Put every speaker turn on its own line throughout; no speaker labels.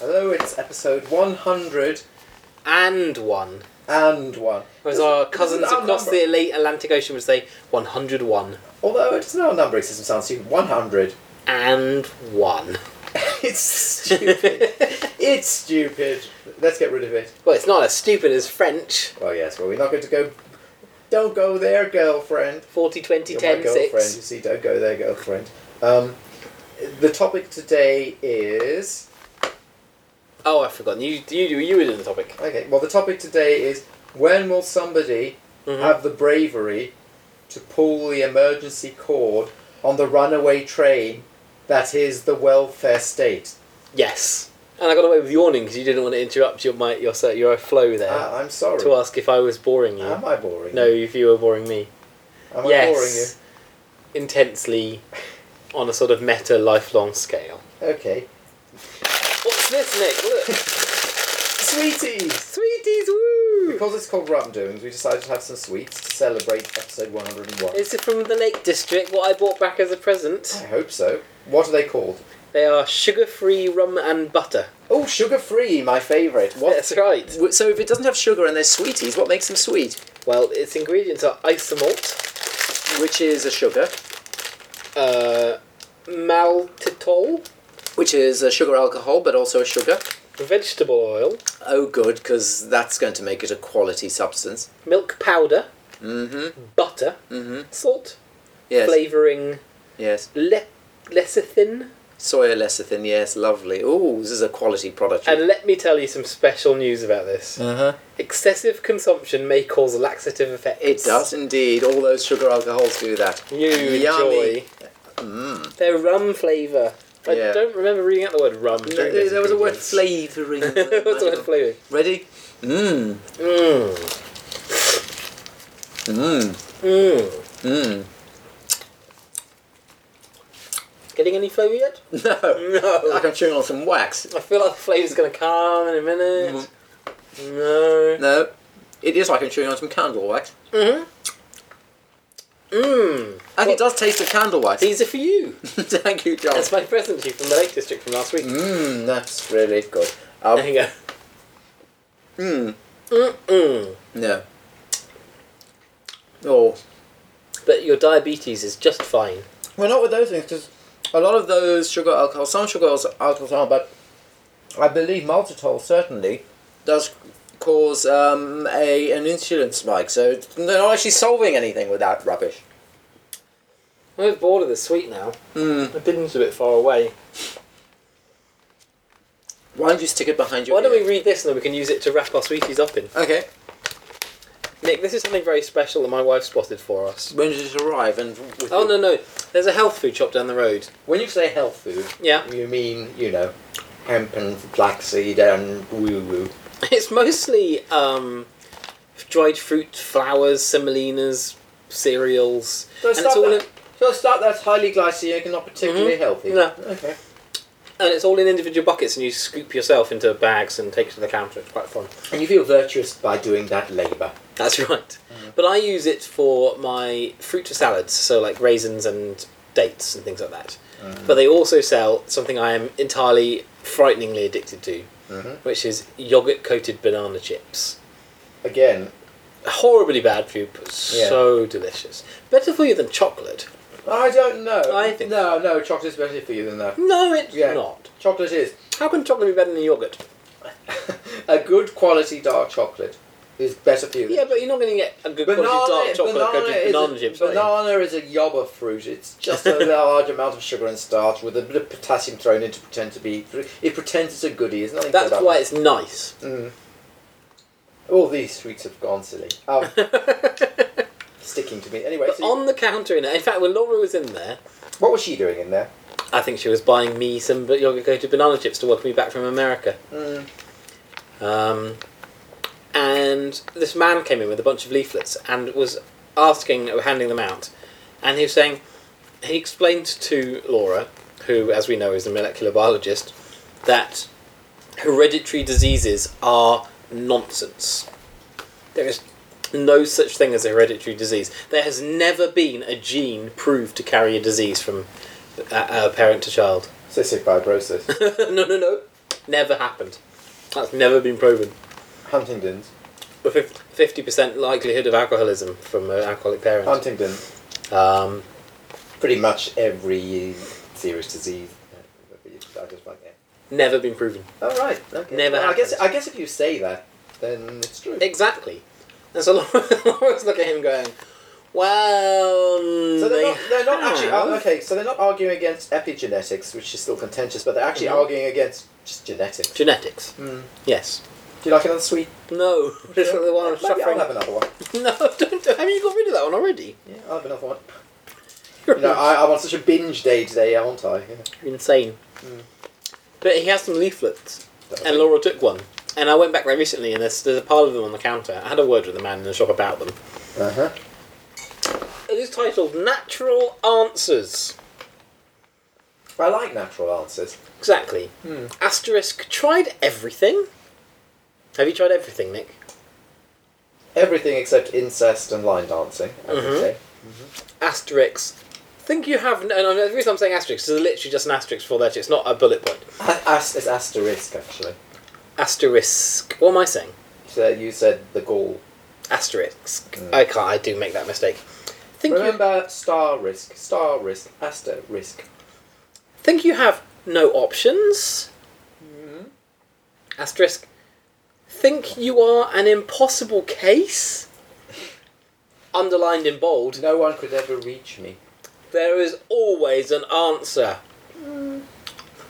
It's episode 100
And one.
and one.
Whereas
Doesn't-
our cousins
doesn't our
across
number-
the late Atlantic Ocean would say 101
Although it doesn't our numbering system sound stupid. 100.
and one.
It's stupid. it's stupid. Let's get rid of it.
Well, it's not as stupid as French.
Oh yes, well we're not going to go. Don't go there, girlfriend.
40, 20,
You're
10,
my girlfriend.
6.
You see, don't go there, girlfriend. Um, the topic today is
Oh, I've forgotten. You, you, you were doing the topic.
okay. Well, the topic today is when will somebody
Mhm.
have the bravery to pull the emergency cord on the runaway train that is the welfare state?
Yes. And I got away with yawning because you didn't want to interrupt your my, your, se- your flow there
Ah, I'm sorry.
to ask if I was boring you.
Am I boring?
No, if you were boring me.
you? Am I
yes. Intensely on a sort of meta lifelong scale.
boring you? Okay.
What's this, Nick? Look.
Sweeties.
Sweeties, woo!
Because it's called Rum Doings, we decided to have some sweets to celebrate episode 101.
Is it from the Lake District, what I bought back as a present.
I hope so. What are they called?
They are sugar free rum and butter.
Oh, sugar free, my favourite. What?
That's right.
W- So if it doesn't have sugar and there's sweeties, what makes them sweet?
Well, its ingredients are isomalt,
Which is a sugar,
uh, maltitol,
which is a sugar alcohol, but also a sugar.
vegetable oil,
Oh, good, because that's going to make it a quality substance.
milk powder,
Mm-hmm.
butter,
Mhm.
salt,
Yes.
flavouring,
Yes.
le- lecithin.
Soya lecithin. Yes, lovely. Ooh, this is a quality product.
And let me tell you some special news about this.
uh-huh.
Excessive consumption may cause laxative effects.
It does indeed. All those sugar alcohols do that. Mm.
You
Yummy.
enjoy. They're rum flavour. I
Yeah.
don't remember reading out the word rum. during those
there was a word
ingredients.
flavouring.
there was a word flavouring.
Ready? Mmm.
Mmm.
Mmm.
Mmm.
Mmm.
Getting any flavour yet?
No.
No.
Like I'm chewing on some wax.
I feel like the flavour's going to come in a minute. No.
Mm-hmm.
Mm-hmm.
No. It is like I'm chewing on some candle wax.
Mmm.
And it does taste of candle wax.
These are for you.
Thank you, John.
That's my present to you from the Lake District from last week.
Mmm, that's really good.
There
Um,
you go.
Mmm.
Mm.
No. Oh.
But your diabetes is just fine.
Well, not with those things, because a lot of those sugar alcohols, some sugar al- alcohols are, but I believe maltitol certainly does cause um, a an insulin spike. So they're not actually solving anything with that rubbish.
I'm a bit bored of the sweet now.
Mm.
The bin's a bit far away.
Why don't you stick it behind your
Why don't we
ear?
read this and then we can use it to wrap our sweeties up in?
Okay.
Nick, this is something very special that my wife spotted for us.
When did it arrive? And with
Oh
who?
no no, there's a health food shop down the road.
When you say health food,
Yeah,
you mean you know hemp and flaxseed and woo woo.
it's mostly um, dried fruit, flowers, semolinas, cereals,
So
and it's
stuff
all in,
that- so stuff that's highly glycemic and not particularly healthy.
No.
Okay.
and it's all in individual buckets, and you scoop yourself into bags and take it to the counter. It's quite fun.
And you feel virtuous by doing that labour.
That's right. But I use it for my fruit salads, so like raisins and dates and things like that. But they also sell something I am entirely frighteningly addicted to,
Mhm.
which is yogurt coated banana chips.
Again,
Horribly bad for you, but
Yeah.
so delicious. Better for you than chocolate.
I don't know.
I think
no, no. Chocolate's better for you than that.
No, it's
Yeah.
not.
Chocolate is
How can chocolate be better than yogurt?
a good quality dark chocolate is better for you.
Yeah, but you're not going to get a good quality dark chocolate coated banana
is
chips.
a,
are you?
banana is a yobba fruit. It's just a large amount of sugar and starch with a bit of potassium thrown in to pretend to be. It pretends it's a goodie. There's nothing.
That's
good about
why
that.
it's nice.
Mm. All these sweets have gone silly. Oh, sticking to me. Anyway,
But
so you-
on the counter in there, in fact, when Laura was in there,
what was she doing in there?
I think she was buying me some but yogurt coated banana chips to welcome me back from America.
Mm.
Um, and this man came in with a bunch of leaflets and was asking, handing them out. And he was saying, he explained to Laura, who, as we know, is a molecular biologist, that hereditary diseases are nonsense. There is no such thing as a hereditary disease. There has never been a gene proved to carry a disease from a, a parent to child.
Cystic fibrosis.
no, no, no. Never happened. That's never been proven.
Huntingdon's.
A fifty percent likelihood of alcoholism from an alcoholic parent.
Huntington.
Um,
Pretty much every serious disease. I just went there.
never been proven.
Oh right. Okay.
Never
Well, I guess
happens.
I guess if you say that, then it's true.
Exactly. And so Laura- Laura's looking at him going, "Well,
So they're
they
not, they're not actually
have."
uh, okay. So they're not arguing against epigenetics, which is still contentious, but they're actually
Mhm.
arguing against just genetics. Do
genetics." Yes.
you like another sweet?
No. This is the one I'm
Maybe I'll
suffering.
have another one.
No, don't. Have you got rid of that one already?
Yeah, I'll have another one.
You're
You know, I, I'm on such a binge day today, aren't I? Yeah.
insane.
Mm.
But he has some leaflets,
Don't
and
know.
Laura took one. And I went back very recently, and there's, there's a pile of them on the counter. I had a word with the man in the shop about them.
Uh-huh.
It is titled Natural Answers.
I like natural answers.
Exactly. Asterisk tried everything. Have you tried everything, Nick?
Everything except incest and line dancing. I would
Mhm.
say.
Asterisk. Think you have. No, no, the reason I'm saying asterisk is literally just an asterisk for that. It's not a bullet point.
A- as- it's asterisk actually.
Asterisk. What am I saying?
So you said the gall.
Asterisk. I can't. I do make that mistake. Think you
Remember star risk, star risk, asterisk.
think you have no options.
Mm-hmm.
Asterisk. Think you are an impossible case. Underlined in bold.
No one could ever reach me.
There is always an answer.
Mm.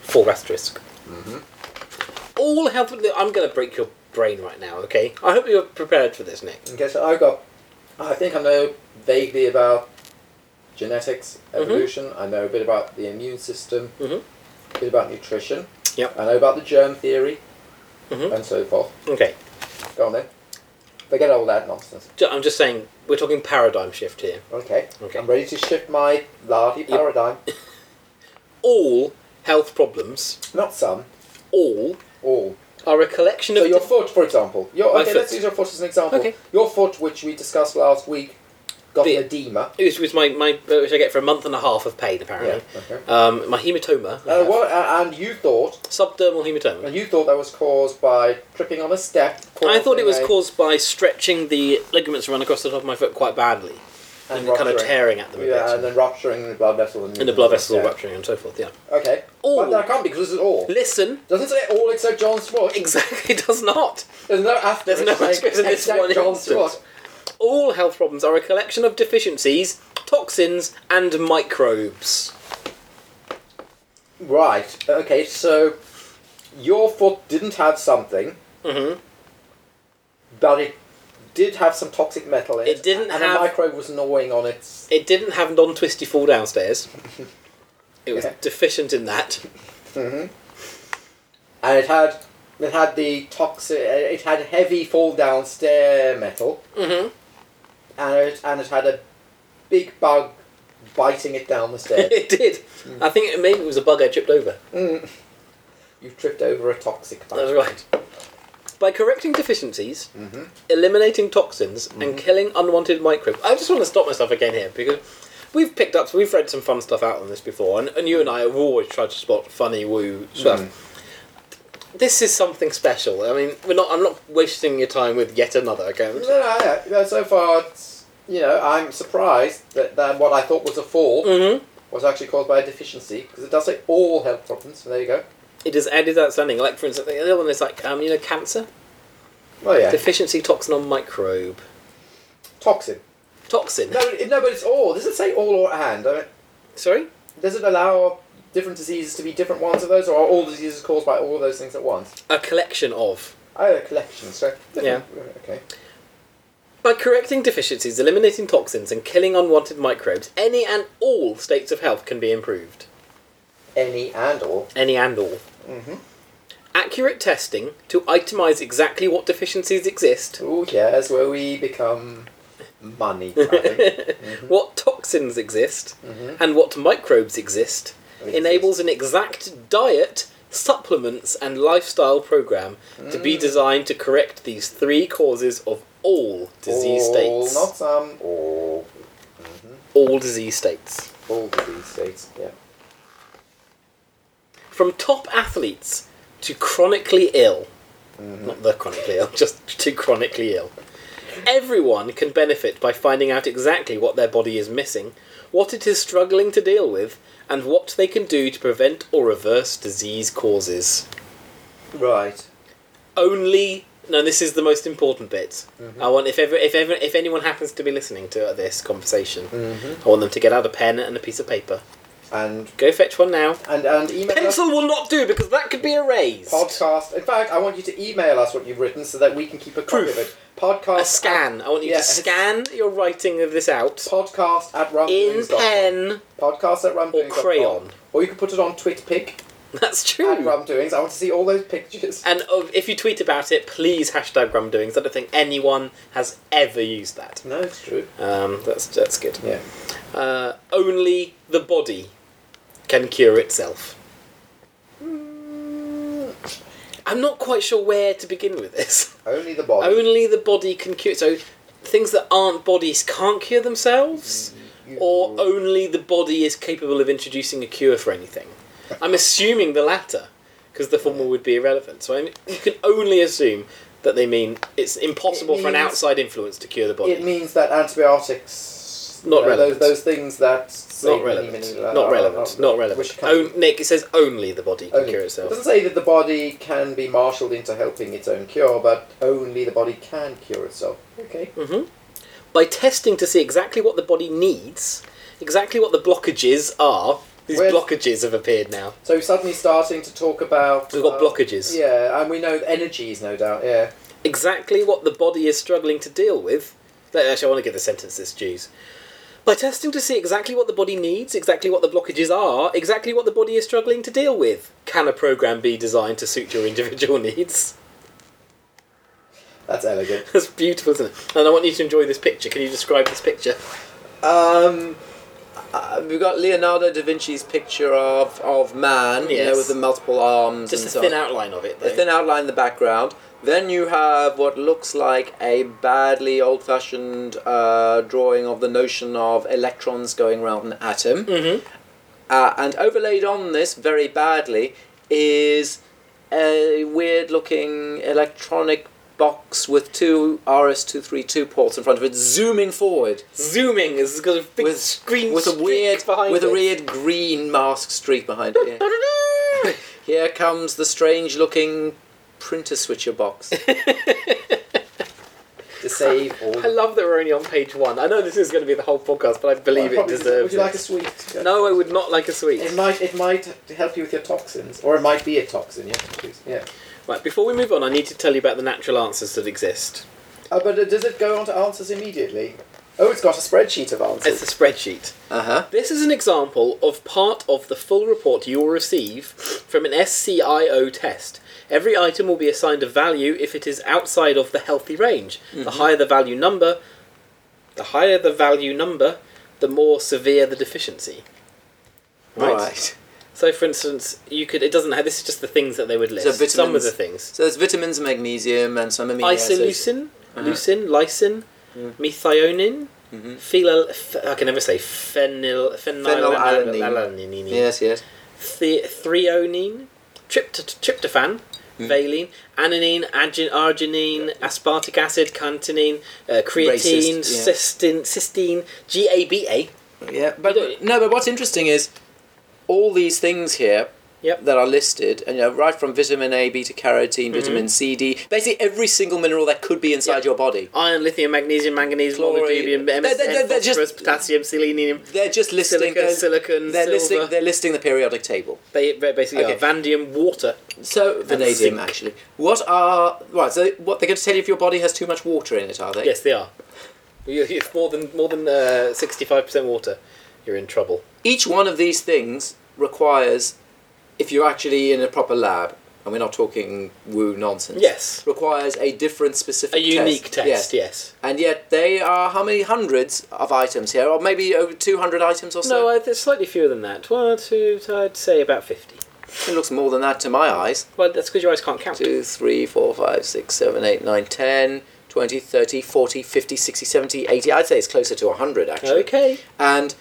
For asterisk.
Mm-hmm.
All health. I'm going to break your brain right now. Okay. I hope you're prepared for this, Nick.
Okay, so I got. I think I know vaguely about genetics,
Mm-hmm.
evolution. I know a bit about the immune system,
Mhm.
a bit about nutrition.
Yep.
I know about the germ theory,
Mhm.
and so forth.
Okay.
Go on then. Forget all that nonsense.
Ju- I'm just saying we're talking paradigm shift here.
Okay.
Okay.
I'm ready to shift my lardy
You-
paradigm.
All health problems.
Not some, all.
All
All.
are a collection
So
of
your foot, for example. Your,
My
okay, let's
foot.
use your foot as an example.
Okay.
Your foot, which we discussed last week, got
The-
an edema.
It was, was my, my uh, which I get for a month and a half of pain
Yeah.
apparently.
Okay.
Um, my hematoma, I
Uh,
have.
what, uh, and you thought
subdermal hematoma.
And you thought that was caused by tripping on a step.
I thought it was
causing a-
caused by stretching the ligaments run across the top of my foot quite badly and, kind of
rupturing.
tearing at them a
Yeah,
bit.
and then rupturing the blood vessel. And,
and the blood vessels
yeah.
all rupturing and so forth. Yeah.
Okay.
All.
But that can't be because this is all.
Listen,
Doesn't say all except John's foot.
exactly does not.
There's no after.
There's no asterisk in this one
John's
instance.
foot.
All health problems are a collection of deficiencies, toxins, and microbes.
Right. Okay. So your foot didn't have something,
Mm-hmm.
but it did have some toxic metal in it.
It didn't
and
have-
a microbe was gnawing on its.
It didn't have non-twisty fall downstairs. It was
Yeah.
deficient in that.
hmm And it had it had the toxic. It had heavy fall down stair metal.
Mm-hmm.
and it, and it had a big bug biting it down the stairs.
it did.
Hmm.
I think it, maybe it was a bug I tripped over.
mm. You tripped over a toxic bug.
That's right. By correcting deficiencies,
Mhm.
eliminating toxins,
Mm-hmm.
and killing unwanted microbes. I just want to stop myself again here because we've picked up, we've read some fun stuff out on this before, and, and you and I have always tried to spot funny woo stuff.
Mm.
This is something special. I mean, we're not. I'm not wasting your time with yet another. Okay.
No, no, no, no, So far, it's, you know, I'm surprised that, that what I thought was a fall
Mm-hmm.
was actually caused by a deficiency because it does say all health problems. So there you go.
It is. It is outstanding. Like for instance, the other one is like um, you know, cancer,
Well, Oh, yeah,
deficiency toxin or microbe,
toxin.
toxin.
No, it- no, but it's all. Does it say all or and? I mean,
Sorry.
does it allow different diseases to be different ones of those, or are all diseases caused by all of those things at once?
A collection of.
I have a collection, so different- Okay.
By correcting deficiencies, eliminating toxins, and killing unwanted microbes, any and all states of health can be improved.
Any and all.
Any and all.
Mhm.
Accurate testing to itemise exactly what deficiencies exist,
Oh yes, where we become money. grabbing.
what toxins exist, and what microbes exist,
Mm-hmm. Exist.
enables an exact diet, supplements, and lifestyle programme to
Mm.
be designed to correct these three causes of all disease
all,
states.
Not some. All.
All disease states.
All disease states. Yeah.
From top athletes to chronically ill, not the chronically ill, just to chronically ill. Everyone can benefit by finding out exactly what their body is missing, what it is struggling to deal with, and what they can do to prevent or reverse disease causes.
Right.
Only no, this is the most important bit. I want if ever if ever if anyone happens to be listening to this conversation, I want them to get out a pen and a piece of paper.
And
Go fetch one now.
and and email
Pencil will not do because that could be erased.
us podcast. In fact, I want you to email us what you've written so that we can keep a copy
Proof.
of it. Podcast
a scan. I want you
Yeah.
to scan your writing of this out
Podcast at
in
rumblings.com.
pen.
Podcast at rumblings.
Or crayon.
Or you can put it on TwitPic
That's
at
true.
rumdoings. I want to see all those pictures.
And of, if you tweet about it, please hashtag rumdoings. I don't think anyone has ever used that.
No, it's true.
Um, that's that's good.
Yeah.
Uh, only the body can cure itself. Mm. I'm not quite sure where to begin with this.
Only the body.
Only the body can cure. So things that aren't bodies can't cure themselves,
You-
or only the body is capable of introducing a cure for anything. I'm assuming the latter, because the former would be irrelevant. So I mean, you can only assume that they mean it's impossible for an
means-
outside influence to cure the body.
It means that antibiotics.
Not
you know,
relevant.
Those, those things that. save
not
many,
relevant.
many-
Not relevant. Not
Which
relevant.
can-
Oh, Nick, it says only the body can
only-
cure
It
itself.
doesn't say that the body can be marshalled into helping its own cure, but only the body can cure itself. Okay.
Mm-hmm. By testing to see exactly what the body needs, exactly what the blockages are. These
Where's-
blockages have appeared now.
So suddenly starting to talk about.
We've got
uh,
blockages.
Yeah, and we know energies, no doubt. Yeah.
Exactly what the body is struggling to deal with. Let- Actually, I want to give the sentence its dues. By testing to see exactly what the body needs, exactly what the blockages are, exactly what the body is struggling to deal with, can a program be designed to suit your individual needs?
That's elegant.
That's beautiful, isn't it? And I want you to enjoy this picture. Can you describe this picture?
Um, uh, we've got Leonardo da Vinci's picture of, of man, you know,
Yes.
with the multiple arms
Just
and
a
so
thin
on.
outline of it. Though.
A thin outline in the background. Then you have what looks like a badly old-fashioned uh, drawing of the notion of electrons going around an atom.
Mhm.
Uh, and overlaid on this very badly is a weird looking electronic box with two RS232 ports in front of it, zooming forward
Zooming has got a big
with
screen
with a
streak
weird
behind
with
it.
a weird green mask streak behind it. yeah. Here comes the strange looking printer switcher box.
To save all.
I love that we're only on page one. I know this is going to be the whole podcast, but I believe it
Probably-
deserves.
Would you like
it.
a sweet?
No, I would not like a sweet.
It might it might help you with your toxins, or it might be a toxin. Yeah, yeah.
Right, before we move on, I need to tell you about the natural answers that exist.
Uh, but uh, does it go on to answers immediately? Oh, it's got a spreadsheet of
It's
answers.
a spreadsheet.
Uh huh.
This is an example of part of the full report you will receive from an SCIO test. Every item will be assigned a value if it is outside of the healthy range. The higher the value number, the higher the value number, the more severe the deficiency.
Right.
So, for instance, you could. It doesn't have. This is just the things that they would list. Some of
vitamins-
the things:
So there's vitamins, magnesium, and some amino acids.
isoleucine,
Uh-huh.
leucine, lysine,
Mm-hmm.
methionine,
Mhm.
phenyl. F- I can never say phenyl.
Phenylalanine.
Phenylalanine.
Yes, yes.
The- threonine, trypt- tryptophan,
Mm-hmm.
valine, anonine, agin- arginine, aspartic acid, cantonine, uh, creatine,
Racist, yeah.
cysteine, cysteine, GABA.
Yeah, but
You don't-
no. But what's interesting is all these things here.
Yep. Mm-hmm.
That are listed, and you know, right from vitamin A, beta carotene, vitamin C, D, basically every single mineral that could be inside
Yep.
your body.
Iron, lithium, magnesium, manganese,
Chlorine.
molybdenum,
They're-
MSM,
they're- they're
phosphorus,
just-
potassium, selenium,
They're just listing.
silica,
they're,
silicon,
they're listing.
silver.
They're listing the periodic table.
They they basically
Okay.
are vanadium, water.
So vanadium,
zinc.
actually. What are right? So what they're going to tell you if your body has too much water in it? Are they?
Yes, they are. You- you- More than more than sixty-five percent water, you're in trouble.
Each one of these things requires, if you're actually in a proper lab, and we're not talking woo nonsense.
Yes,
Requires a different specific
a unique test.
Yes.
yes.
And yet they are how many hundreds of items here, or maybe over two hundred items or so.
No, I, there's slightly fewer than that. One, two, I'd say about 50.
it looks more than that to my eyes.
Well, that's because your eyes can't count.
Two, three, four, five, six, seven, eight, nine, ten, twenty, thirty, forty, fifty, sixty, seventy, eighty. I'd say it's closer to hundred actually.
Okay.
and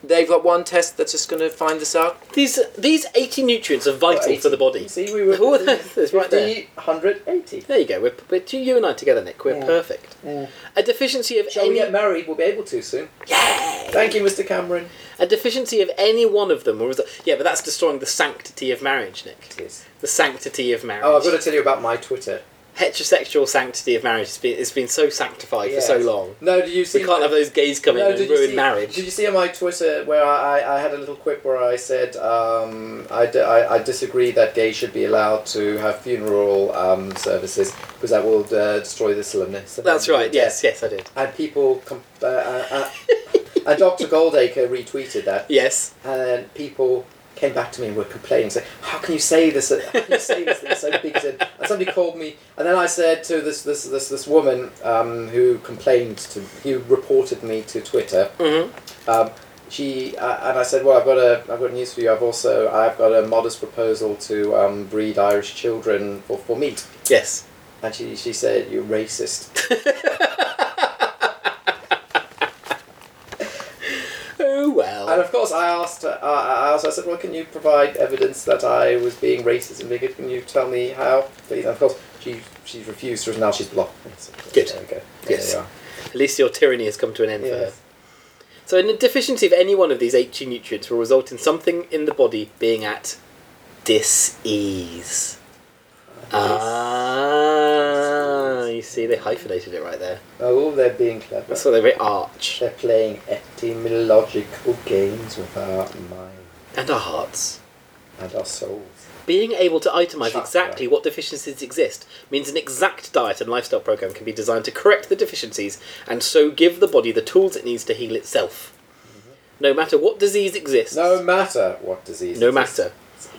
they've got one test that's just going to find this out.
These these eighty nutrients are vital
Well, 80.
for the body.
See, we were.
Who are those? It's right there.
50, 180.
There you go. We're, we're two, you and I together, Nick. We're
Mm.
perfect.
Mm.
A deficiency of
Shall
any
we get married? We'll be able to soon.
Yay!
Thank you, Mr. Cameron.
a deficiency of any one of them will result. Yeah, but that's destroying the sanctity of marriage, Nick.
Yes.
The sanctity of marriage.
Oh, I've got to tell you about my Twitter.
Heterosexual sanctity of marriage has been, it's been so sanctified for so
Yes.
long.
No, did you see?
We can't
my-
have those gays come
No,
in and
did you
ruin
see-
marriage.
Did you see on my Twitter where I, I, I had a little quip where I said um, I, d- I, I disagree that gays should be allowed to have funeral um, services because that will uh, destroy the solemnness. of
That's
the-
right. Yes, yes, I did.
And people, com- uh, uh, uh, and Dr. Goldacre retweeted that.
Yes.
and people came back to me and were complaining, saying, "How can you say this? How can you say this? It's so bigoted." And somebody called me, and then I said to this this this this woman um, who complained to who reported me to Twitter.
Mhm.
Um, she uh, and I said, "Well, I've got a I've got news for you. I've also I've got a modest proposal to um, breed Irish children for, for meat."
Yes.
And she she said, "You're racist."
Oh well.
And of course, I asked her. Uh, I asked. her, I said, "Well, can you provide evidence that I was being racist and bigoted? Can you tell me how?" Please. And of course, she she refused. So now she's blocked. me. So,
Good.
There we go.
Yes.
There
At least your tyranny has come to an end
you are.
for her. Uh,
Yes.
So, a deficiency of any one of these 80 nutrients will result in something in the body being at dis-ease. Ah, you see, they hyphenated it right there.
Oh, they're being clever.
That's why they're very arch.
They're playing etymological games with our mind
And our hearts.
and our souls.
Being able to itemise
Chakra.
exactly what deficiencies exist means an exact diet and lifestyle programme can be designed to correct the deficiencies and so give the body the tools it needs to heal itself. No matter what disease exists,
No matter what disease.
Mm-hmm. no
it is.
matter.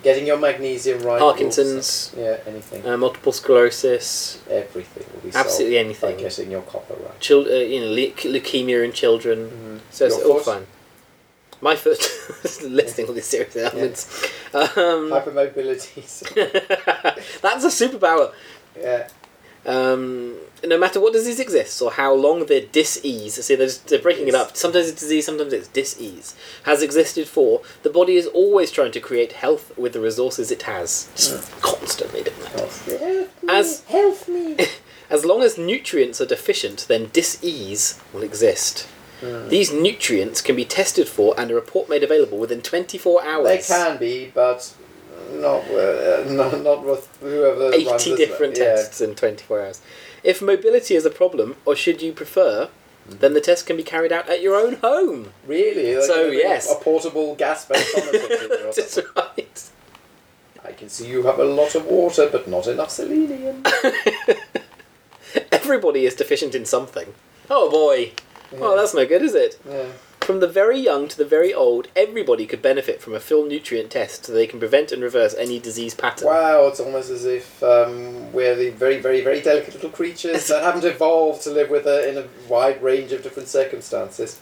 Getting your magnesium right. will
Parkinson's.
s- Yeah, anything.
Uh, multiple sclerosis,
Everything will be
Absolutely
solved by
anything.
getting your copper right.
Chil- uh, you know, le- leukemia in children.
Mhm.
So it's
Your
all
thoughts?
fine. My first listing all these serious ailments. Um,
Hypermobility.
that's a superpower.
yeah.
Um, no matter what disease exists or how long their dis-ease, see, they're, just- they're breaking it up. Sometimes it's disease, sometimes it's dis-ease, has existed for, the body is always trying to create health with the resources it has. Just constantly doing that.
Help me,
As-
help me.
As long as nutrients are deficient, then dis-ease will exist. These nutrients can be tested for and a report made available within 24 hours.
they can be, but not uh, not, not with whoever
80
runs this-
different
yeah.
tests in 24 hours. If mobility is a problem, or should you prefer,
Mm.
then the test can be carried out at your own home.
Really? Like,
So,
a-
yes.
a portable gas based
That's right.
I can see you have a lot of water, but not enough selenium.
Everybody is deficient in something. Oh boy. Oh, that's no good, is it?
Yeah.
From the very young to the very old, everybody could benefit from a full nutrient test so they can prevent and reverse any disease pattern.
Wow, it's almost as if um, we're the very, very, very delicate little creatures that haven't evolved to live with a, in a wide range of different circumstances.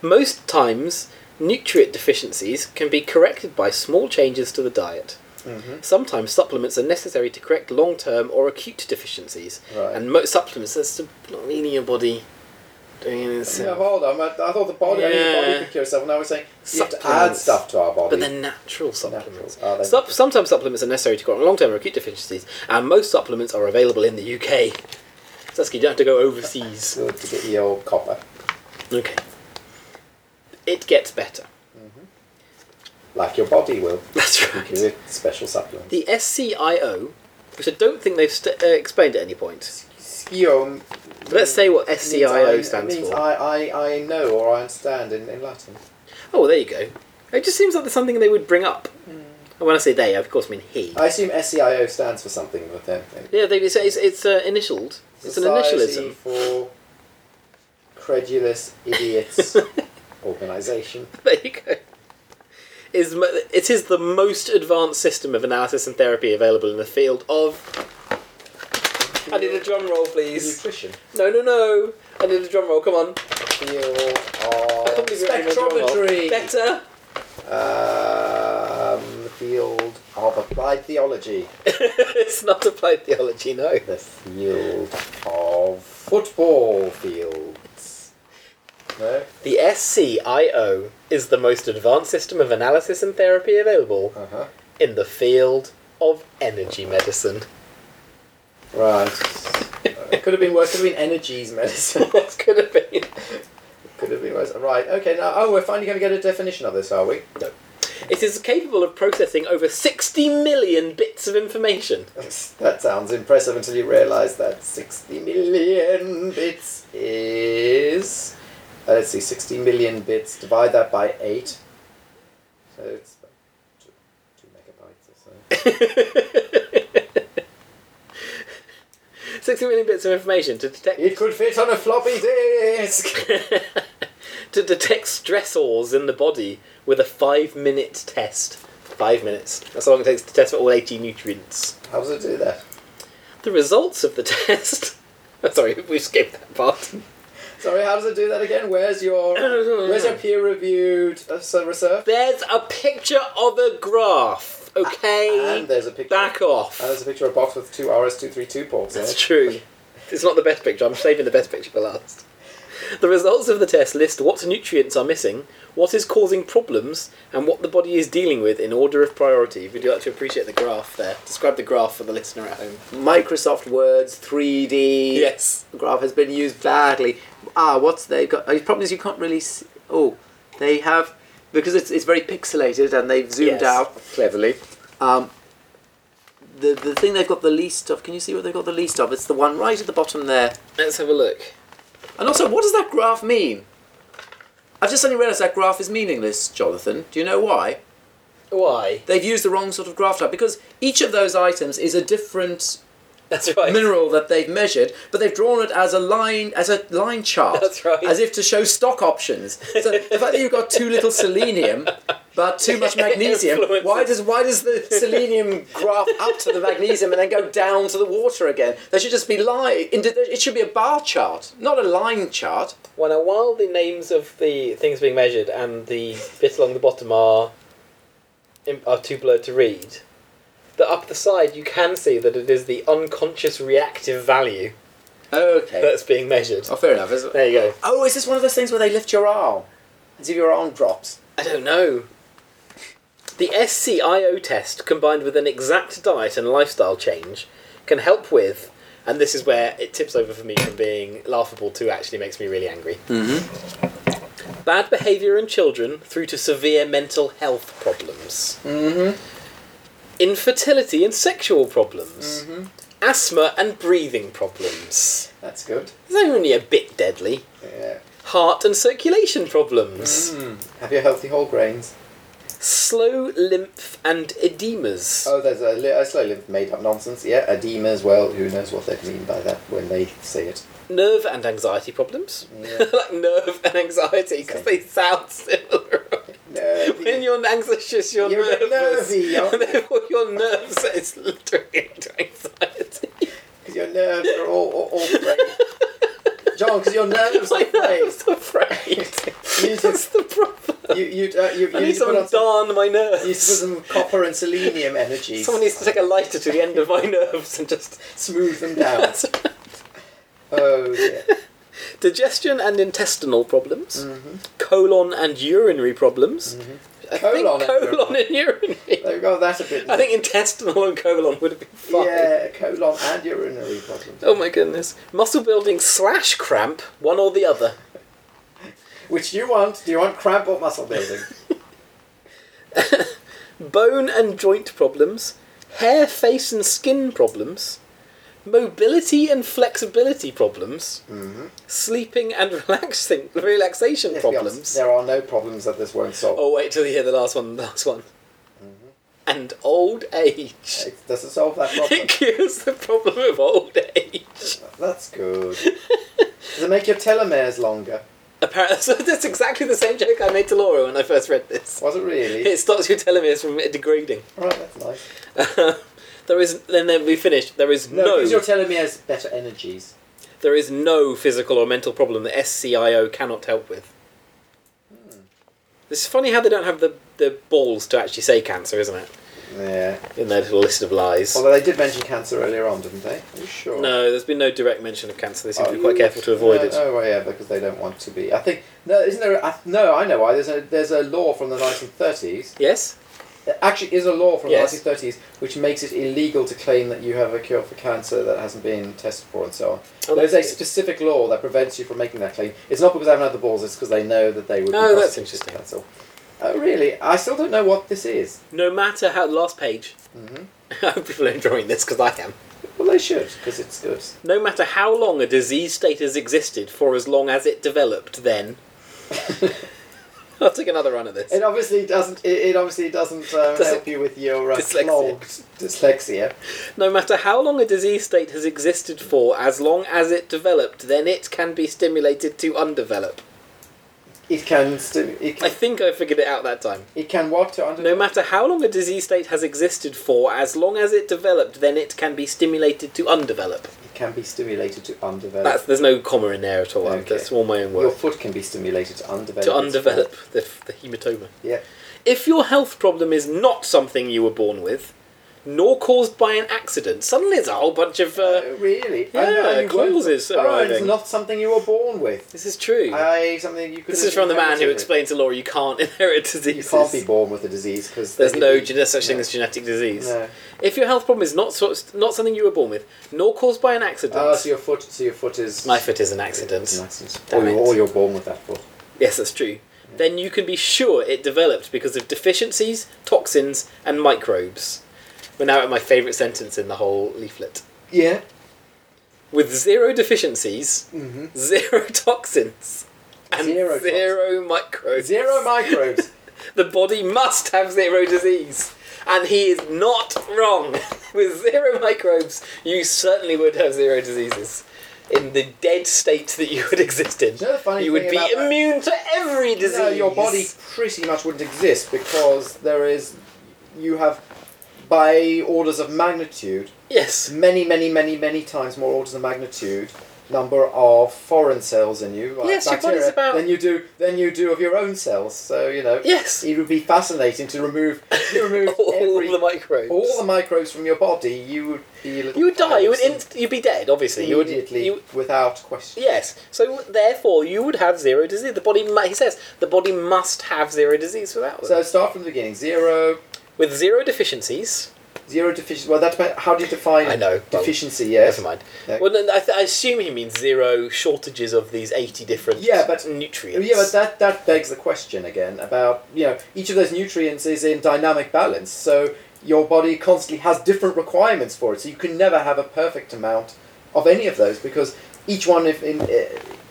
Most times, nutrient deficiencies can be corrected by small changes to the diet. Mm-hmm.
hmm
Sometimes supplements are necessary to correct long term or acute deficiencies,
Right.
and most supplements are sub- not really your body doing anything.
No,
itself.
hold on. I, I thought the body, I mean, the body
Yeah.
could cure itself. Now we're saying you have to add
Supplements.
stuff to our body.
But they're natural supplements.
Natural. Are they
Sup- sometimes supplements are necessary to correct long term or acute deficiencies, and most supplements are available in the UK. So that's good, you don't have to go overseas.
good to get your copper.
Okay. It gets better.
Like your body will.
That's right.
Because it's special supplement.
The SCIO, which I don't think they've st- uh, explained at any point.
Scium.
But let's say what SCIO
means I-
E stands
means
for.
I, I, I know or I understand in, in Latin.
Oh, there you go. It just seems like there's something they would bring up. And when I say they, I of course mean he.
Hmm. I assume SCIO stands for something with them.
yeah, they, it's it's, it's uh, initialed. It's an initialism.
for credulous idiots organization.
There you go. Is mo- it is the most advanced system of analysis and therapy available in the field of. I need a drum roll, please.
Nutrition.
No, no, no. I need a drum roll. Come on.
Field
I
of
can't believe we're having a drum roll.
uh, spectrometry.
Better.
Um, the field of applied theology.
it's not applied theology, no.
The field of football fields. No.
The SCIO is the most advanced system of analysis and therapy available
Uh huh.
in the field of energy medicine.
Right. it could have been worse. Could have been energies medicine.
That's could have been.
could have been worse. Right. Okay. Now, oh, we're finally going to get a definition of this, are we?
It is capable of processing over 60 million bits of information.
that sounds impressive until you realise that 60 million bits is. uh, let's see, 60 million bits. Divide that by 8. So it's about two, two megabytes or so.
60 million bits of information to detect
It could fit on a floppy disk!
to detect stressors in the body with a 5 minute test. 5 minutes. That's how long it takes to test for all 80 nutrients.
How does it do that?
The results of the test. Sorry, we skipped that part.
Sorry, how does it do that again? Where's your where's your peer reviewed uh, so- research?
There's a picture of a graph, okay?
And there's a picture.
Back off.
And there's a picture of a box with two RS232 ports in
That's
it.
true. It's not the best picture. I'm saving the best picture for last. The results of the test list what nutrients are missing, what is causing problems, and what the body is dealing with in order of priority. Would you like to appreciate the graph there? Describe the graph for the listener at home.
Microsoft Word's 3D
Yes.
graph has been used badly. Ah, what's they got? Oh, the problem is you can't really. See, oh, they have because it's it's very pixelated and they've zoomed
Yes.
out cleverly. Um, the the thing they've got the least of. Can you see what they've got the least of? It's the one right at the bottom there.
Let's have a look.
And also, what does that graph mean? I've just suddenly realised that graph is meaningless, Jonathan. Do you know why?
Why?
They've used the wrong sort of graph type because each of those items is a different
That's right.
mineral that they've measured, but they've drawn it as a line as a line chart.
That's right.
As if to show stock options. So the fact that you've got too little selenium but too much magnesium,
Influences.
why does why does the selenium graph up to the magnesium and then go down to the water again? There should just be line it should be a bar chart, not a line chart.
Well, now, while the names of the things being measured and the bit along the bottom are im- are too blurred to read, the up the side you can see that it is the unconscious reactive value
Okay.
that's being measured.
Oh fair enough, isn't it?
There you go.
Oh, is this one of those things where they lift your arm? As if your arm drops.
I don't know. The SCIO test, combined with an exact diet and lifestyle change, can help with, and this is where it tips over for me from being laughable to actually makes me really angry. Bad behaviour in children through to severe mental health problems. Mm-hmm. Infertility and sexual problems. Asthma and breathing problems.
That's good.
It's only a bit deadly.
Yeah.
Heart and circulation problems.
Have your healthy whole grains.
slow lymph and edemas.
Oh, there's a, li- a slowly made up nonsense. Yeah, edema as well. Who knows what they mean by that when they say it?
Nerve and anxiety problems.
Yeah.
like nerve and anxiety because they sound similar.
No.
when you're anxious, you're,
You're
nervous.
nervy, aren't
and
you?
therefore your nerves is literally into anxiety.
Because your nerves are all, all, all frayed. John, because your nerves
My
are frayed.
nerves are frayed.
You need
That's
to,
the problem.
you, you, uh, you, you
I
need
need
to put
someone
on
to
some,
darn my
you need to put
nerves.
some copper and selenium energies.
Someone needs to take a lighter to the end of my nerves and just.
smooth them down. oh, dear.
Digestion and intestinal problems,
Mm-hmm.
colon and urinary problems. I
Colon and
think colon and urinary.
They've got that a bit.
I think intestinal and colon would have been fine.
Yeah, colon and urinary problems.
Oh my goodness. Muscle building slash cramp, one or the other.
Which do you want? Do you want cramp or muscle building?
Bone and joint problems, hair, face, and skin problems, mobility and flexibility problems,
Mm.
sleeping and relaxing relaxation
Mm-hmm. Let's be honest,
problems.
There are no problems that this won't solve.
Oh, wait till you hear the last one. The last one.
Mm-hmm.
And old age.
It doesn't solve that problem.
It cures the problem of old age.
That's good. Does it make your telomeres longer?
Apparently, so that's exactly the same joke I made to Laura when I first read this.
Was it really?
It stops your telomeres from degrading.
Right, that's nice.
there is then then we finished. There is
No,
no,
because your telomeres better energies.
there is no physical or mental problem that SCIO cannot help with. It's funny how they don't have the the balls to actually say cancer, isn't it?
Yeah.
in their little list of lies.
Although they did mention cancer earlier on, didn't they? Are you sure?
No, there's been no direct mention of cancer. They seem to be
Oh,
quite careful to avoid
no,
it.
Oh, well, yeah, because they don't want to be. I think no, isn't there? I, no, I know why. There's a there's a law from the 1930s.
Yes?
There actually is a law from
Yes.
the 1930s which makes it illegal to claim that you have a cure for cancer that hasn't been tested for and so on.
Oh,
There's a
that's good.
specific law that prevents you from making that claim. It's not because I haven't had the balls. It's because they know that they would.
Oh,
be
that's
prosecuted,
interesting.
That's all. Oh, really? I still don't know what this is.
No matter how. Last page.
hmm
Mm-hmm. I hope people are enjoying this because I am.
Well, they should because it's good.
No matter how long a disease state has existed for as long as it developed, then. I'll take another run at this.
It obviously doesn't. It, it obviously doesn't, um,
Doesn't-
help you with your uh,
Dyslexia.
clogged dyslexia.
No matter how long a disease state has existed for, as long as it developed, then it can be stimulated to undevelop.
It can. Stu- it
I
can.
think I figured it out that time.
It can what to under.
No matter how long a disease state has existed for, as long as it developed, then it can be stimulated to undevelop.
It can be stimulated to undevelop.
That's there's no comma in there at all.
Okay.
That's all my own
your
work.
foot can be stimulated to undevelop.
To
its
undevelop
foot.
the, the hematoma.
Yeah.
If your health problem is not something you were born with, nor caused by an accident, suddenly it's a whole bunch of. Uh,
Oh, really?
yeah,
I know,
clauses
Oh, and it's
arriving.
not something you were born with.
this is true.
I uh, something you could.
this
have
is from the man who
inherited.
explained to Laura you can't inherit
You
diseases.
can't be born with a disease because
There's no gene- such thing as genetic disease.
No.
If your health problem is not so, not something you were born with, nor caused by an accident,
Oh, so your foot. So your foot is.
my foot is an accident.
It's an accident.
Damn
or, you're,
it.
or you're born with that foot.
Yes, that's true. Then you can be sure it developed because of deficiencies, toxins, and microbes. We're now at my favourite sentence in the whole leaflet.
Yeah.
With zero deficiencies,
Mm-hmm.
zero toxins, and
Zero
zero,
toxins.
microbes,
Zero microbes.
the body must have zero disease. And he is not wrong. With zero microbes, you certainly would have zero diseases. In the dead state that you would exist in,
Do you know the funny
you would
thing
be
about that?
immune to every disease.
No, your body pretty much wouldn't exist because there is, you have, by orders of magnitude,
Yes.
many, many, many, many times more orders of magnitude number of foreign cells in you, like
Yes, your
bacteria,
body's about-
than you do than you do of your own cells. So you know,
Yes.
it would be fascinating to remove to remove
all
every,
the microbes.
all the microbes from your body. You would be a little
you would die. You would
person
inst- you'd be dead. Obviously, you would.
immediately
You,
without question.
yes. So therefore, you would have zero disease. The body. mu- He says the body must have zero disease without them.
So start from the beginning. Zero,
with zero deficiencies.
zero deficiency. Well, that's how do you define?
I know. well,
deficiency. Yes.
Never mind.
No.
Well, no, I, th- I assume he means zero shortages of these eighty different.
Yeah, but-
nutrients.
Yeah, but that, that begs the question again about you know each of those nutrients is in dynamic balance, so your body constantly has different requirements for it. So you can never have a perfect amount of any of those because each one if in, uh,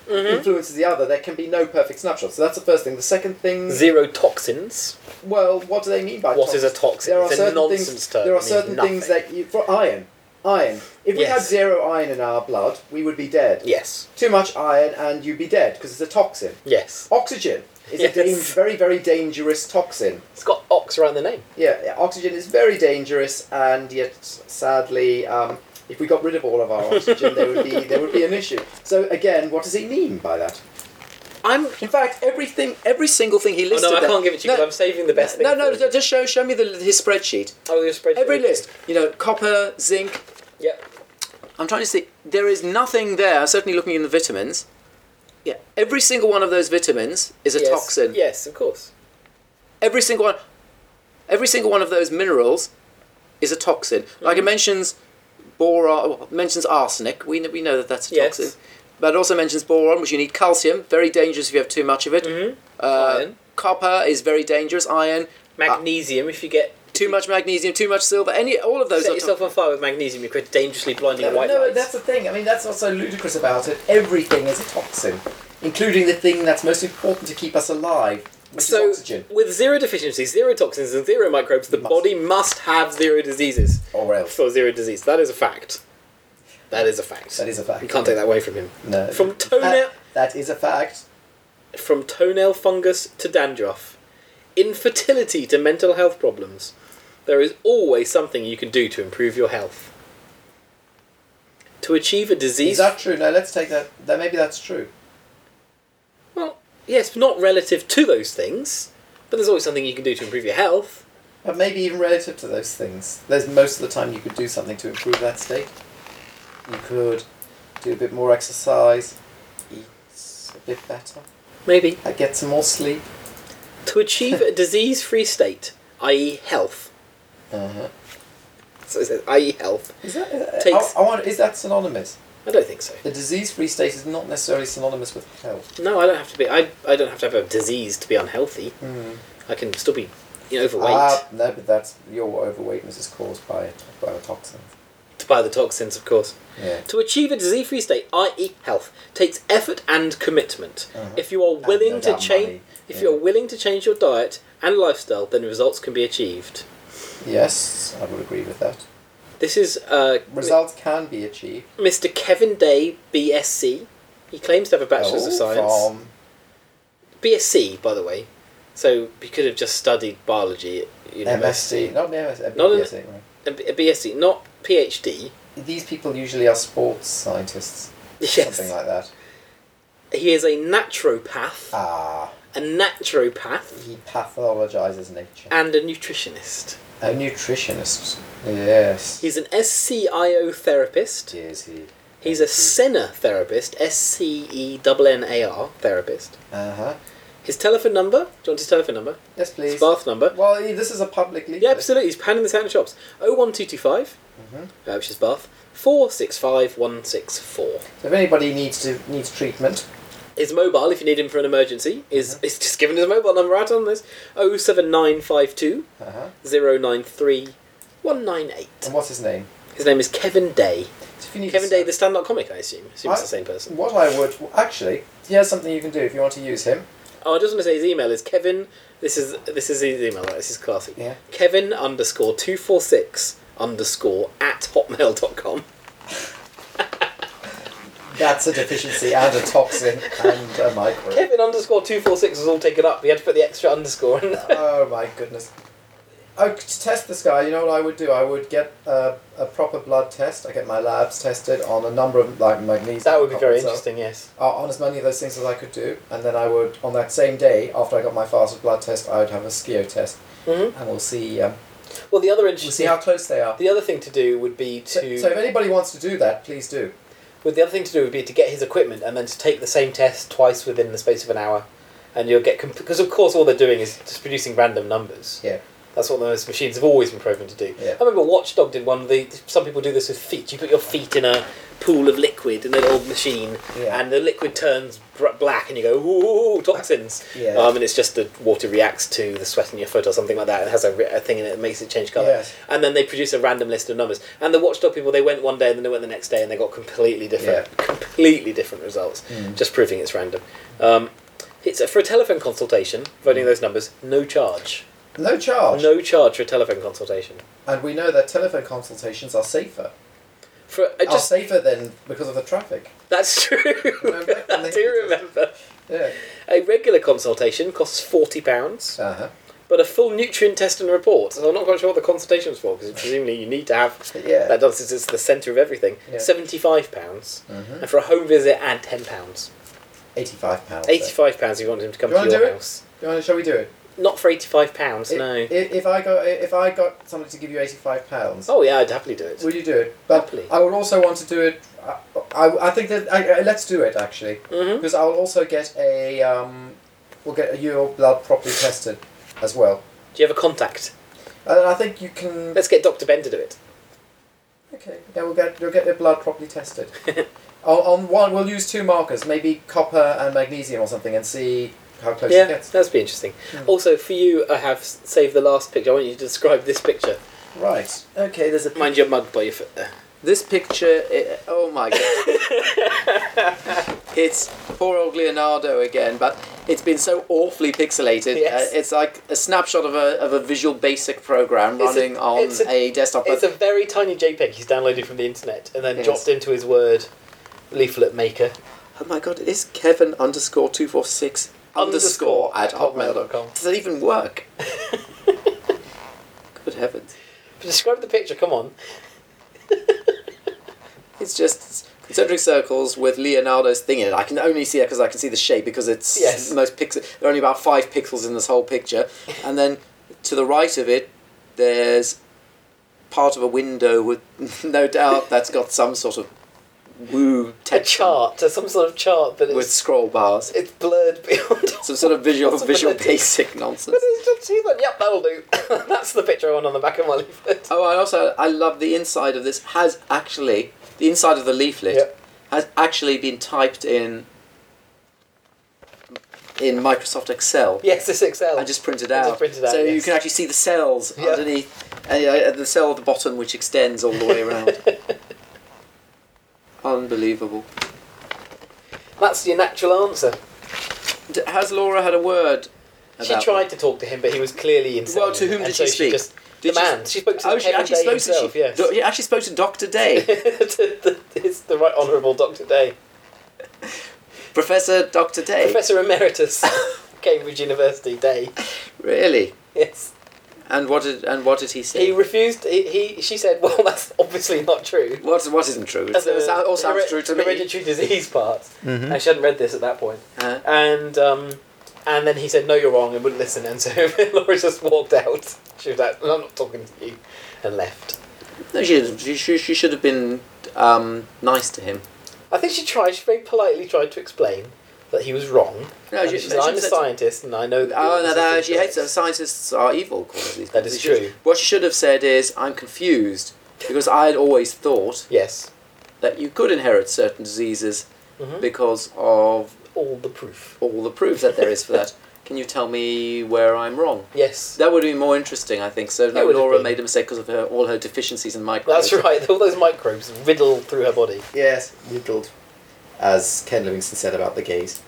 Mhm.
influences the other. There can be no perfect snapshot. So that's the first thing. The second thing,
zero toxins.
well, what do they mean by
What is a
toxin?
toxin?
There are
it's a
certain
nonsense
things.
term.
There
It
are
means
certain things
nothing.
that you for iron, iron. If we
Yes.
had zero iron in our blood, we would be dead.
Yes.
Too much iron and you'd be dead because it's a toxin.
Yes.
Oxygen is
Yes.
a dang- very, very dangerous toxin.
It's got ox around the name.
Yeah, yeah, oxygen is very dangerous, and yet sadly, um, if we got rid of all of our oxygen, there would be there would be an issue. So again, what does he mean by that?
I'm.
In fact, everything, every single thing he
Oh,
listed.
no, Oh, I
there-
can't give it to you
No.
because I'm saving the best thing.
No, no,
for you.
no, just show show me the, his spreadsheet.
Oh, your spreadsheet.
Every list, you know, copper, zinc.
Yep.
I'm trying to see. There is nothing there. Certainly, looking in the vitamins. Yeah, every single one of those vitamins is a
yes.
toxin.
Yes, of course.
Ah.
Every single one, every single one of those minerals, is a toxin. Like
Mm-hmm.
it mentions, boron well, mentions arsenic. We kn- we know that that's a
Yes.
toxin. But it also mentions boron, which you need calcium. Very dangerous if you have too much of it.
Mhm.
Uh,
Iron.
Copper is very dangerous. Iron.
Magnesium. if you get
Too much magnesium. Too much silver. Any all of those.
Mm-hmm. set
are to-
yourself on fire with magnesium, you create dangerously blinding
No,
white
no,
lights.
that's the thing. I mean, that's what's so ludicrous about it. Everything is a toxin, including the thing that's most important to keep us alive, which
so,
is oxygen,
with zero deficiencies, zero toxins, and zero microbes, the
Must.
body must have zero diseases
or else.
for zero disease. That is a fact. That is a fact.
That is a
you
fact.
can't take that away from him.
No. Uh,
From toenail,
That- that is a fact.
from toenail fungus to dandruff, infertility to mental health problems, there is always something you can do to improve your health. To achieve a disease
Is that true? No, let's take that. That maybe that's true.
Well, yes, but not relative to those things. But there's always something you can do to improve your health.
But maybe even relative to those things, there's most of the time you could do something to improve that state. You could do a bit more exercise, eat a bit better,
Maybe.
uh, get some more sleep.
To achieve a disease free state, i.e., health.
Uh-huh.
So it says, i.e., health.
Is that uh,
Takes-
I, I wonder, is that synonymous?
I don't think so.
The disease-free state is not necessarily synonymous with health.
No, I don't have to be. I, I don't have to have a disease to be unhealthy. I can still be you know, overweight
Hmm. Ah, no, but that's your overweightness is caused by by the toxins.
to buy the toxins, of course.
Yeah.
To achieve a disease free state, i.e., health, takes effort and commitment.
Uh-huh.
If you are
And
willing
no
to
doubt
change.
money.
If
Yeah.
you're willing to change your diet and lifestyle, then results can be achieved.
Yes, I would agree with that.
This is uh,
Results can be achieved.
Mr. Kevin Day, BSc. He claims to have a Bachelor's of
Oh,
Science.
From
BSc, by the way. So he could have just studied biology at university. Uh,
MSc, not MSc,
Not an-
BSc, right.
A, a BSc, not PhD.
These people usually are sports scientists,
Yes.
something like that.
he is a naturopath,
Ah,
a naturopath,
he pathologizes nature.
and a nutritionist.
A nutritionist. Yes.
He's an SCIO therapist.
Is he?
He's a Senna therapist, S C E N N A R therapist.
Uh huh.
His telephone number, do you want his telephone number?
Yes,
His
please.
bath number.
Well, eh, this is a public leaflet.
Yeah, absolutely. He's handing this out in shops. 01225,
Mm-hmm.
uh, which is Bath, 465164.
So if anybody needs to needs treatment,
His mobile, if you need him for an emergency, is it's just given his mobile number out on this 07952
uh huh.
093
And
198.
what's his name?
His name is Kevin Day.
So if you need
Kevin
to
Day, the stand up comic, I assume. I assume it's the
I-
same person.
What I would actually, here's something you can do if you want to use him.
Oh, I just want to say his email is Kevin. This is this is his email. right? This is classic.
Yeah.
Kevin underscore two four six underscore at hotmail.com.
That's a deficiency and a toxin and a micro.
Kevin underscore two four six was all taken up. We had to put the extra underscore in.
Oh my goodness. I, to test this guy, you know what I would do? I would get a, a proper blood test. I get my labs tested on a number of like magnesium.
That would be very
and so-
interesting. Yes.
uh, on as many of those things as I could do, and then I would on that same day after I got my fasted blood test, I would have a skio test,
hmm
and we'll see. Um,
Well, the other
we'll
interesting.
see how close they are.
the other thing to do would be
So,
to.
so if anybody wants to do that, please do.
Well, the other thing to do would be to get his equipment and then to take the same test twice within the space of an hour, and you'll get because of course all they're doing is just producing random numbers.
Yeah.
That's what those machines have always been programmed to do.
Yeah.
I remember Watchdog did one. They some people do this with feet. You put your feet in a pool of liquid in an old machine,
Yeah.
and the liquid turns br- black, and you go ooh toxins.
Yeah.
Um, and it's just the water reacts to the sweat in your foot or something like that. It has a, re- a thing in it that makes it change colour
Yes.
and then they produce a random list of numbers. And the Watchdog people, they went one day and then they went the next day, and they got completely different, completely different results,
Hmm.
just proving it's random. Um, it's for a telephone consultation. Voting those numbers, no charge.
No Hmm. charge.
No charge for a telephone consultation.
And we know that telephone consultations are safer.
For I
are
just
safer than because of the traffic.
that's true.
Oh. Remember?
I do remember.
Yeah.
A regular consultation costs forty pounds,
Uh huh.
but a full nutrient test and report. So I'm not quite sure what the consultation was for because presumably you need to have
Yeah.
That does it's the centre of everything.
Yeah.
Seventy-five pounds, and for a home visit, add ten pounds.
Mm-hmm. Eighty-five pounds. then.
Eighty-five pounds if you want him to come
Do you
to
wanna
your
do it?
house.
Do you want to, shall we do it?
Not for eighty-five pounds,
I-
no.
i- If, I got if I got somebody to give you eighty-five pounds,
oh yeah, I'd happily do it.
Will you do it? But
Happily.
I would also want to do it. I, I, I think that I, I, let's do it actually,
Mhm.
because I'll also get a um, we'll get your blood properly tested as well.
Do you have a contact?
And I think you can.
Let's get Doctor Ben to do it.
Okay, yeah, we'll get you'll get your blood properly tested. on, on one, we'll use two markers, maybe copper and magnesium or something, and see how close
yeah,
it gets.
that'd be interesting. Also, for you, I have s- saved the last picture. I want you to describe this picture.
Right. Okay. There's a.
Mind your mug by your foot there.
This picture, i oh my god. it's poor old Leonardo again, but it's been so awfully pixelated.
Yes.
Uh, it's like a snapshot of a, of a Visual Basic program
It's a-
running on
it's a-
a, desktop.
It's
But
a very tiny JPEG he's downloaded from the internet and then
Yes.
dropped into his Word leaflet maker.
oh my god, it is Kevin underscore 246 underscore at hotmail.com. Does that even work? Good heavens.
Describe the picture. Come on.
It's just concentric circles with Leonardo's thing in it. I can only see it because I can see the shape because it's
Yes.
the most pixel. There are only about five pixels in this whole picture, and then to the right of it,
there's part of a window with no doubt that's got some sort of woo
A
text
chart, or some sort of chart that
with
is
scroll bars.
it's blurred beyond.
Some sort of visual visual
Possibility.
basic
But
nonsense.
it's just she's like, yep, that'll do. That's the picture I want on the back of my leaflet.
Oh, I also I love the inside of this has actually the inside of the leaflet
Yep.
has actually been typed in in Microsoft Excel.
Yes, it's Excel.
I just printed
I
out.
just printed out,
so you
yes.
can actually see the cells
Yeah.
underneath, and, uh, the cell at the bottom which extends all the way around. Unbelievable.
That's your natural answer.
D- Has Laura had a word?
She
about-
tried to talk to him, but he was clearly insane.
Well, to whom
and
did
so
she speak?
just,
Did
the
she-
man. She spoke to
Oh,
the
she
Heaven
actually
Day
spoke
himself,
to she,
yes.
Do- she actually spoke to Doctor Day,
to the, it's the right honourable Dr. Day.
Professor Doctor Day.
Professor Emeritus, Cambridge University Day.
really?
Yes.
And what did and what did he say?
He refused, he, he, she said, well, that's obviously not true.
What what isn't true? It
The-
sounds- all
the
sounds
hered-
true to me. Mm-hmm.
hereditary disease part. And she hadn't read this at that point.
Huh?
And um, and then he said, "No, you're wrong," and wouldn't listen. And so Laura just walked out. She was like, "I'm not talking to you," and left.
No, she didn't. She, she, she should have been um, nice to him.
I think she tried. She very politely tried to explain that he was wrong.
No,
And
she-
she's
she
like, I'm a
said-
scientist, and I know. That
Oh
you're
no, no!
assistant
She hates
director."
them. Scientists are evil. Calls these
That
people.
is
She should-
true.
What she should have said is, "I'm confused," because I had always thought
Yes,
that you could inherit certain diseases
Mhm.
because of
all the proof.
all the proof that there is for that. Can you tell me where I'm wrong?
Yes,
That would be more interesting, I think. So no,
would have
Laura
been.
made a mistake because of her all her deficiencies in microbes.
that's right. All those microbes riddle through her body.
Yes, riddled. As Ken Livingston said about the gays,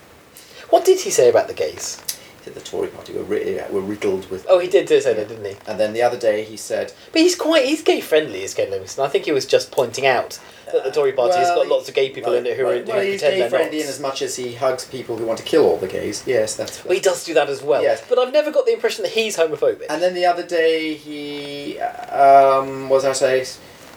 What did he say about the gays?
he said the Tory party were, ri- were riddled with.
Oh, he did say that, didn't he?
And then the other day he said,
But he's quite he's gay friendly, is Ken Livingstone. I think he was just pointing out that the Tory party has
Well,
got lots of gay people
well,
in it who
well,
are who
well, he's
pretend
gay
they're
friendly
not.
in as much as he hugs people who want to kill all the gays. Yes, that's.
Well, he does do that as well.
Yes.
But I've never got the impression that he's homophobic.
And then the other day, he um, was at a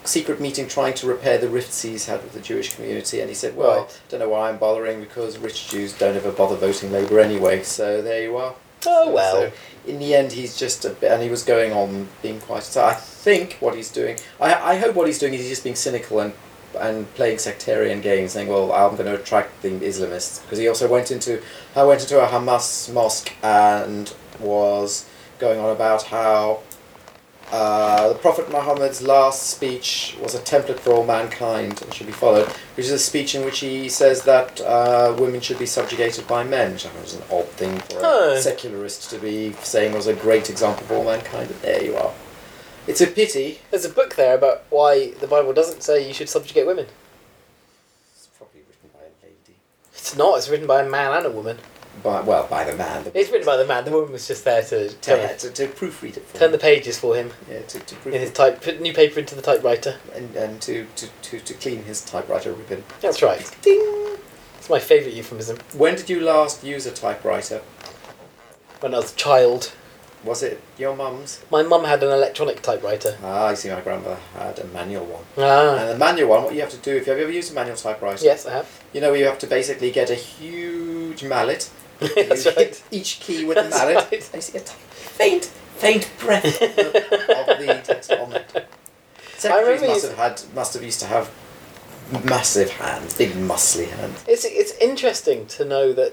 secret meeting trying to repair the rifts he's had with the Jewish community, and he said, "Well,
Right.
don't know why I'm bothering because rich Jews don't ever bother voting Labour anyway." So there you are.
oh
So-
well.
so in the end, he's just a bit, and he was going on being quite. So I think what he's doing, I, I hope what he's doing is he's just being cynical and and playing sectarian games, saying, "Well, I'm going to attract the Islamists," because he also went into, I went into a Hamas mosque and was going on about how. Uh, the Prophet Muhammad's last speech was a template for all mankind and should be followed, which is a speech in which he says that uh, women should be subjugated by men, which I thought was an odd thing for
Oh.
a secularist to be saying was a great example for all mankind, but there you are. It's a pity.
There's a book there about why the Bible doesn't say you should subjugate women.
It's probably written by a lady.
It's not. It's written by a man and a woman.
By, well, by the man. The
It's written by the man. The woman was just there to
Tell
turn,
to, to proofread it for
turn the
me.
pages for him
Yeah, to, to proofread
in his type. Put new paper into the typewriter.
and, and to, to, to, to clean his typewriter ribbon.
That's right.
Ding!
It's my favourite euphemism.
When did you last use a typewriter?
When I was a child,
Was it your mum's?
my mum had an electronic typewriter.
Ah, I see my grandmother had a manual one.
Ah.
And the manual one, what you have to do, if you've ever used a manual typewriter,
Yes, I have.
you know you have to basically get a huge mallet.
That's
you
right.
hit each key with a
That's
mallet.
right.
And you see a t- faint, faint breath of the, of the text on it. Secretaries
remember
must
you-
have had, must have used to have massive hands, big muscly hands.
It's it's interesting to know that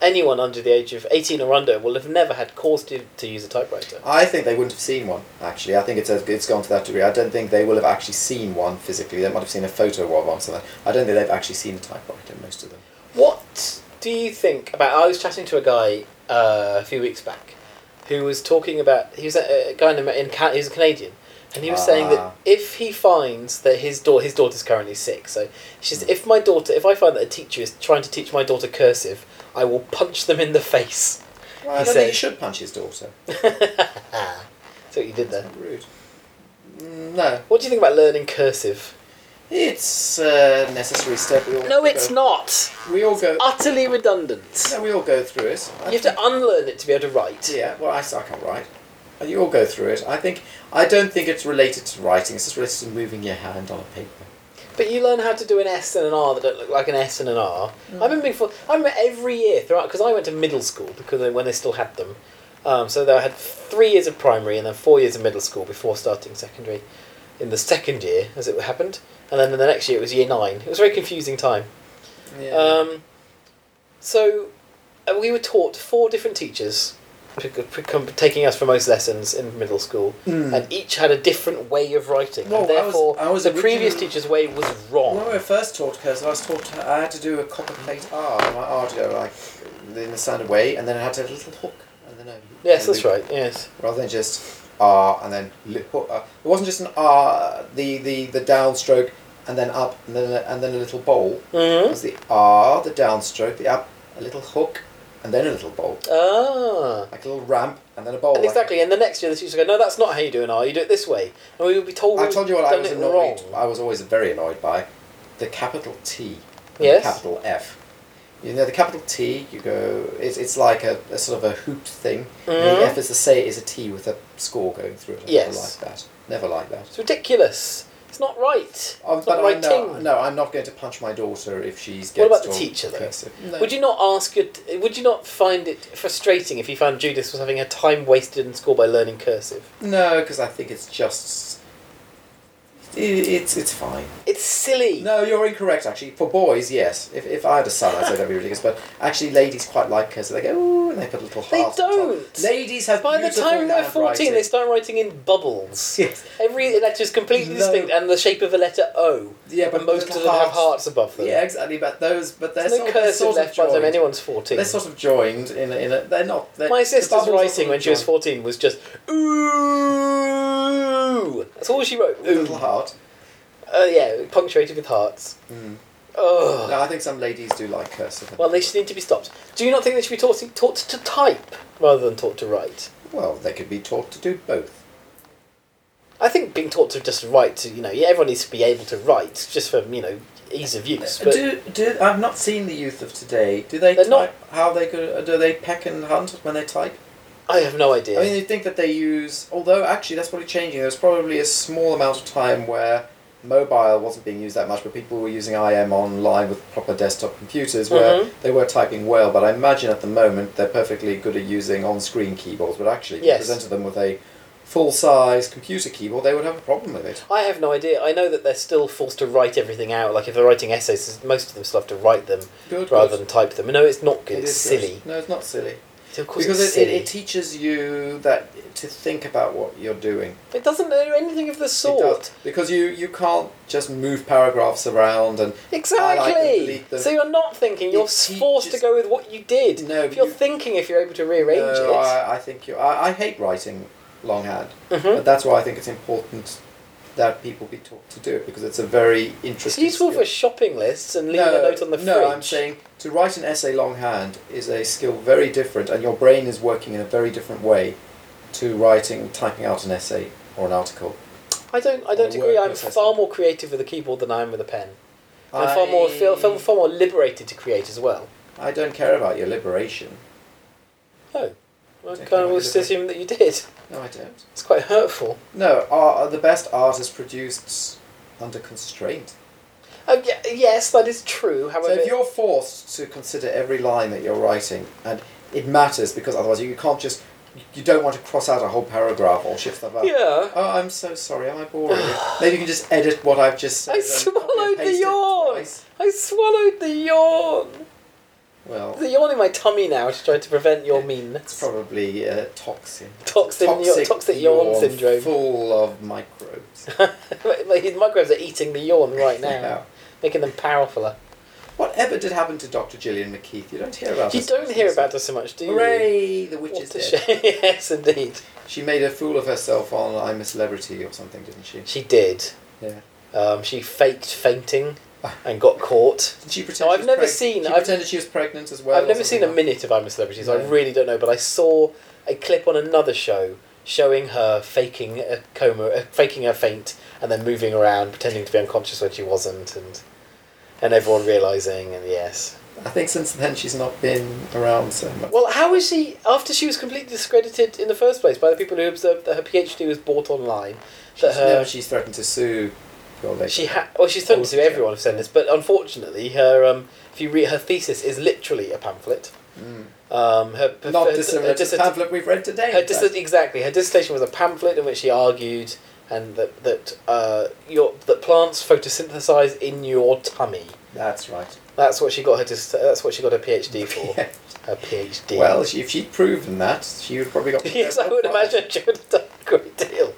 anyone under the age of eighteen or under will have never had cause to, to use a typewriter.
I think they wouldn't have seen one. Actually, I think it's a, it's gone to that degree. I don't think they will have actually seen one physically. They might have seen a photo of one. So that- I don't think they've actually seen a typewriter. Most of them.
What do you think about? I was chatting to a guy uh, a few weeks back who was talking about he was a, a guy in, in Can, he was a Canadian. And he was saying
Ah.
that if he finds that his daughter, his daughter's currently sick, so she's
Hmm.
if my daughter, if I find that a teacher is trying to teach my daughter cursive, I will punch them in the face.
Well,
He
I
said-
don't think he should punch his daughter.
So you did there.
Rude. Mm, No,
What do you think about learning cursive?
it's a necessary step. We all
No,
go-
it's not.
We all go.
Utterly redundant.
No, we all go through it. I
You have to
think-
unlearn it to be able to write.
Yeah, well, I, I can't write. You all go through it. I think. I don't think it's related to writing. It's just related to moving your hand on a paper.
But you learn how to do an S and an R that don't look like an S and an Mm. R. I remember before. I remember every year throughout because I went to middle school because they, when they still had them, Um, so though I had three years of primary and then four years of middle school before starting secondary. In the second year, as it happened, and then in the next year it was year nine. It was a very confusing time.
Yeah.
Um, so uh, we were taught four different teachers, p- p- com- taking us for most lessons in middle school,
Mm.
and each had a different way of writing.
Well, I
and
was-
therefore,
I was
the previous
originally-
teacher's way was
When we
wrong.
were first taught cursive, I was taught I had to do a copper plate R, and my R had to go like in the standard way, and then I had to have a little hook, and then a
Yes,
a
that's
loop,
right. Yes,
Rather than just R and then li- hook. Uh, it wasn't just an R, the the the downstroke, and then up, and then a- and then a little bowl. It
hmm
was the R, the downstroke, the up, a little hook, and then a little bowl,
Ah.
like a little ramp, and then a bowl.
And
like-
exactly, and the next year the teacher go, no, that's not how you do an R. You do it this way, and we would be told.
I
we've
told you what I
done
was
it
annoyed.
wrong.
I was always very annoyed by the capital T and
Yes.
the capital F. You know the capital T. You go. It's, it's like a, a sort of a hooped thing. And
Mhm.
the F is the say is a T with a score going through it. I
Yes.
Never like that. Never like that.
It's ridiculous. It's not right.
Oh,
it's not
but I
right
know,
thing.
no, I'm not going to punch my daughter if she's.
What
Gets
about the
taught
teacher, though?
cursive. No.
Would you not ask your? Would you not find it frustrating if you found Judith was having her time wasted in school by learning cursive?
No, because I think it's just. It, it's it's fine.
It's silly.
No, you're incorrect. Actually, for boys, yes. If, if I had a son, I'd say that'd be ridiculous. But actually, ladies quite like her, so they go "Ooh," and they put a little
They
heart. on top.
don't.
Ladies have
By the
beautiful
time they're fourteen,
handwriting.
they start writing in bubbles.
Yes.
Every letter is completely
No.
distinct and the shape of a letter O.
Yeah, but
and most of
little
them have
hearts-
hearts above them.
Yeah, exactly. But those, but they're
There's no
sort, they're
cursive
sort of
left by the time
joined.
anyone's 14.
They're sort of joined in a, in a. They're not. They're,
My
the
sister's
bubbles are sort
writing
of
when she was
joined.
14 was just, ooh. That's all she wrote.
With a
Ooh.
Little heart.
Uh, yeah, punctuated with hearts.
Mm.
Ugh.
No, I think some ladies do like cursive.
Well, they should need to be stopped. Do you not think they should be taught to, taught to type rather than taught to write?
Well, they could be taught to do both.
I think being taught to just write, to, you know, yeah, everyone needs to be able to write just for, you know, ease of use. But
do do I've not seen the youth of today. Do they
They're not-
type? How they could? Do they peck and hunt when they type?
I have no idea.
I mean, you think that they use, although actually that's probably changing. There's probably a small amount of time where mobile wasn't being used that much, but people were using IM online with proper desktop computers where
Mhm.
they were typing well. But I imagine at the moment they're perfectly good at using on screen keyboards. But actually, if you
Yes.
presented them with a full size computer keyboard, they would have a problem with it.
I have no idea. I know that they're still forced to write everything out. Like if they're writing essays, most of them still have to write them
Good.
rather
good.
than type them. No, it's not good.
It
it's
is good.
silly.
No, it's not silly.
Of course,
Because
it's
it, it,
silly.
it teaches you that to think about what you're doing.
It doesn't know anything of the
It does.
sort.
Because you, you can't just move paragraphs around and I like to
Exactly.
delete them.
so you're not thinking. You're
It teaches-
forced to go with what you did.
No,
if you're
you-
thinking, if you're able to rearrange
no,
it.
I, I think you. I, I hate writing longhand,
Mhm.
but that's why I think it's important that people be taught to do it because it's a very
It's
interesting.
useful
skill.
for shopping lists and leaving
no,
a note on the
no,
fridge.
I'm saying to write an essay longhand is a skill very different, and your brain is working in a very different way to writing, typing out an essay or an article.
I don't. I don't
the
agree.
word
I'm
processor.
far more creative with a keyboard than I am with a pen. I'm
I
far more feel, feel far more liberated to create as well.
I don't care about your liberation.
Oh, I
Don't
kind
care
of
about
was
liberation.
assume that you did.
No, I don't.
It's quite hurtful.
No, art, the best art is produced under constraint.
Um, y- yes, that is true.
So
However,
if you're forced to consider every line that you're writing, and it matters because otherwise you can't just, you don't want to cross out a whole paragraph or shift stuff up.
yeah,
Oh, I'm so sorry. Am I boring? you? Maybe you can just edit what I've just
I
said. and copy
swallowed
and
the
paste it
yawn.
twice.
I swallowed the yawn.
Well,
The yawn in my tummy now to try to prevent your
it's
meanness.
probably uh, toxin.
Toxin,
Toxic
toxic yawn,
yawn
syndrome.
Full of microbes.
My- His microbes are eating the yawn right now,
Yeah.
making them powerfuler.
Whatever did happen to Dr. Gillian McKeith? You don't hear about
You
us.
don't hear about us so much, do you?
Hooray! The witch
What a
is dead.
shame. yes, indeed.
She made a fool of herself on I'm a Celebrity or something, didn't she?
She did.
Yeah.
Um, she faked fainting and got caught.
Did she pretend?
No,
she
I've
was
never
preg-
seen-
She
I've-
pretended she was pregnant as well.
I've
or
never
something
seen a
like-
minute of I'm a Celebrity, so I
No.
really don't know. But I saw a clip on another show showing her faking a coma, uh, faking her faint, and then moving around, pretending to be unconscious when she wasn't, and and everyone realizing. And yes,
I think since then she's not been around so much.
well, how is she after she was completely discredited in the first place by the people who observed that her PhD was bought online? That
she's, no,
her
she's threatened to sue. God, they-
She ha- well, she's threatened to
Oh,
everyone have said this, but unfortunately, her um, if you read her thesis is literally a pamphlet Um, her, her,
Mm. Not
her-
dissimilar
her
to the
dissert-
pamphlet we've read today.
her
in fact.
dis- exactly. Her dissertation was a pamphlet in which she argued and that that uh, your that plants photosynthesize in your tummy.
That's right.
That's what she got her dis- That's what she got her PhD for.
Yeah.
Her PhD.
Well, she- if she'd proven that, she would probably got.
yes, I would imagine she would have done a great deal.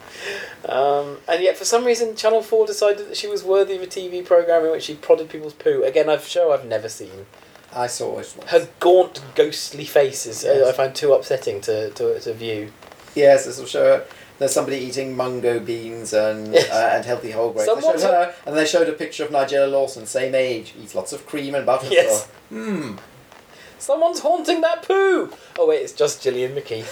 Um, and yet, for some reason, Channel Four decided that she was worthy of a TV program in which she prodded people's poo. Again, I've show I've never seen.
I saw it. once.
Her gaunt, ghostly face is
Yes.
I find too upsetting to, to, to view.
Yes, this will show her. There's somebody eating mungo beans and
Yes.
uh, and healthy whole grains.
Someone
they showed her, and they showed a picture of Nigella Lawson, same age, eats lots of cream and butter.
Yes.
Hmm.
Someone's haunting that poo. Oh wait, it's just Gillian McKee.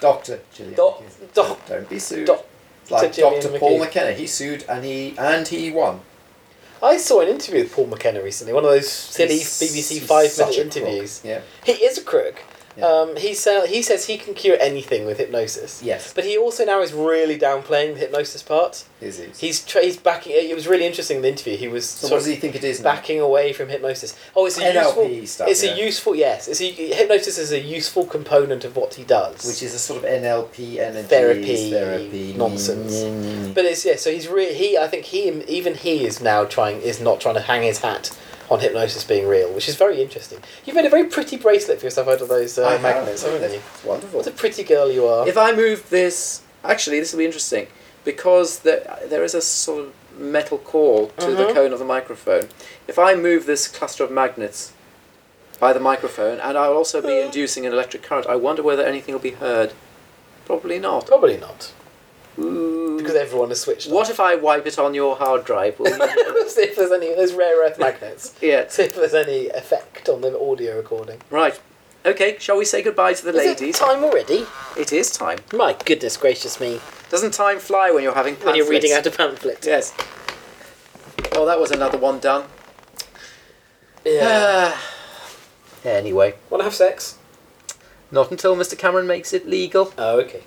Doctor Gillian.
Doc-
McKenna.
doc-
Don't be sued.
doc-
It's like
to Gillian
Doctor Paul
McKee.
McKenna. He sued and he and he won.
I saw an interview with Paul McKenna recently. One of those silly
He's-
BBC
he's
five-minute
such a crook.
interviews.
Yeah.
He is a crook.
Yeah.
Um, he sa- he says he can cure anything with hypnosis.
Yes.
But he also now is really downplaying the hypnosis part.
Is he?
He's tra- he's backing. It was really interesting. The interview he was
so
sort
what does he think it is?
of
now?
backing away from hypnosis. Oh, it's a
NLP
useful.
stuff.
it's
yeah.
a useful. Yes, it's a, hypnosis is a useful component of what he does.
which is a sort of NLP energy
Therapy
therapy
nonsense.
Mm.
But it's yeah. So he's re- he. I think he even he is now trying is not trying to hang his hat on hypnosis being real, which is very interesting. You've made a very pretty bracelet for yourself out of those
I
uh,
have.
magnets, haven't you?
That's wonderful.
What a pretty girl you are.
If I move this, actually, this will be interesting because there, there is a sort of metal core to the
Mhm.
cone of the microphone. If I move this cluster of magnets by the microphone, and I'll also be
Mm-hmm.
inducing an electric current, I wonder whether anything will be heard. Probably not.
Probably not,
Ooh.
because everyone has switched.
What if I wipe it on your hard drive? Will you...
see if there's any those rare earth magnets.
yeah.
See if there's any effect on the audio recording.
Right. Okay. Shall we say goodbye to the
Is
ladies?
it time already?
It is time.
My goodness gracious me!
Doesn't time fly when you're having
When you're reading
pamphlets?
out a pamphlet.
Yes. Well, that was another one done. anyway,
Uh, Want to have sex?
not until Mr. Cameron makes it legal.
Oh, okay.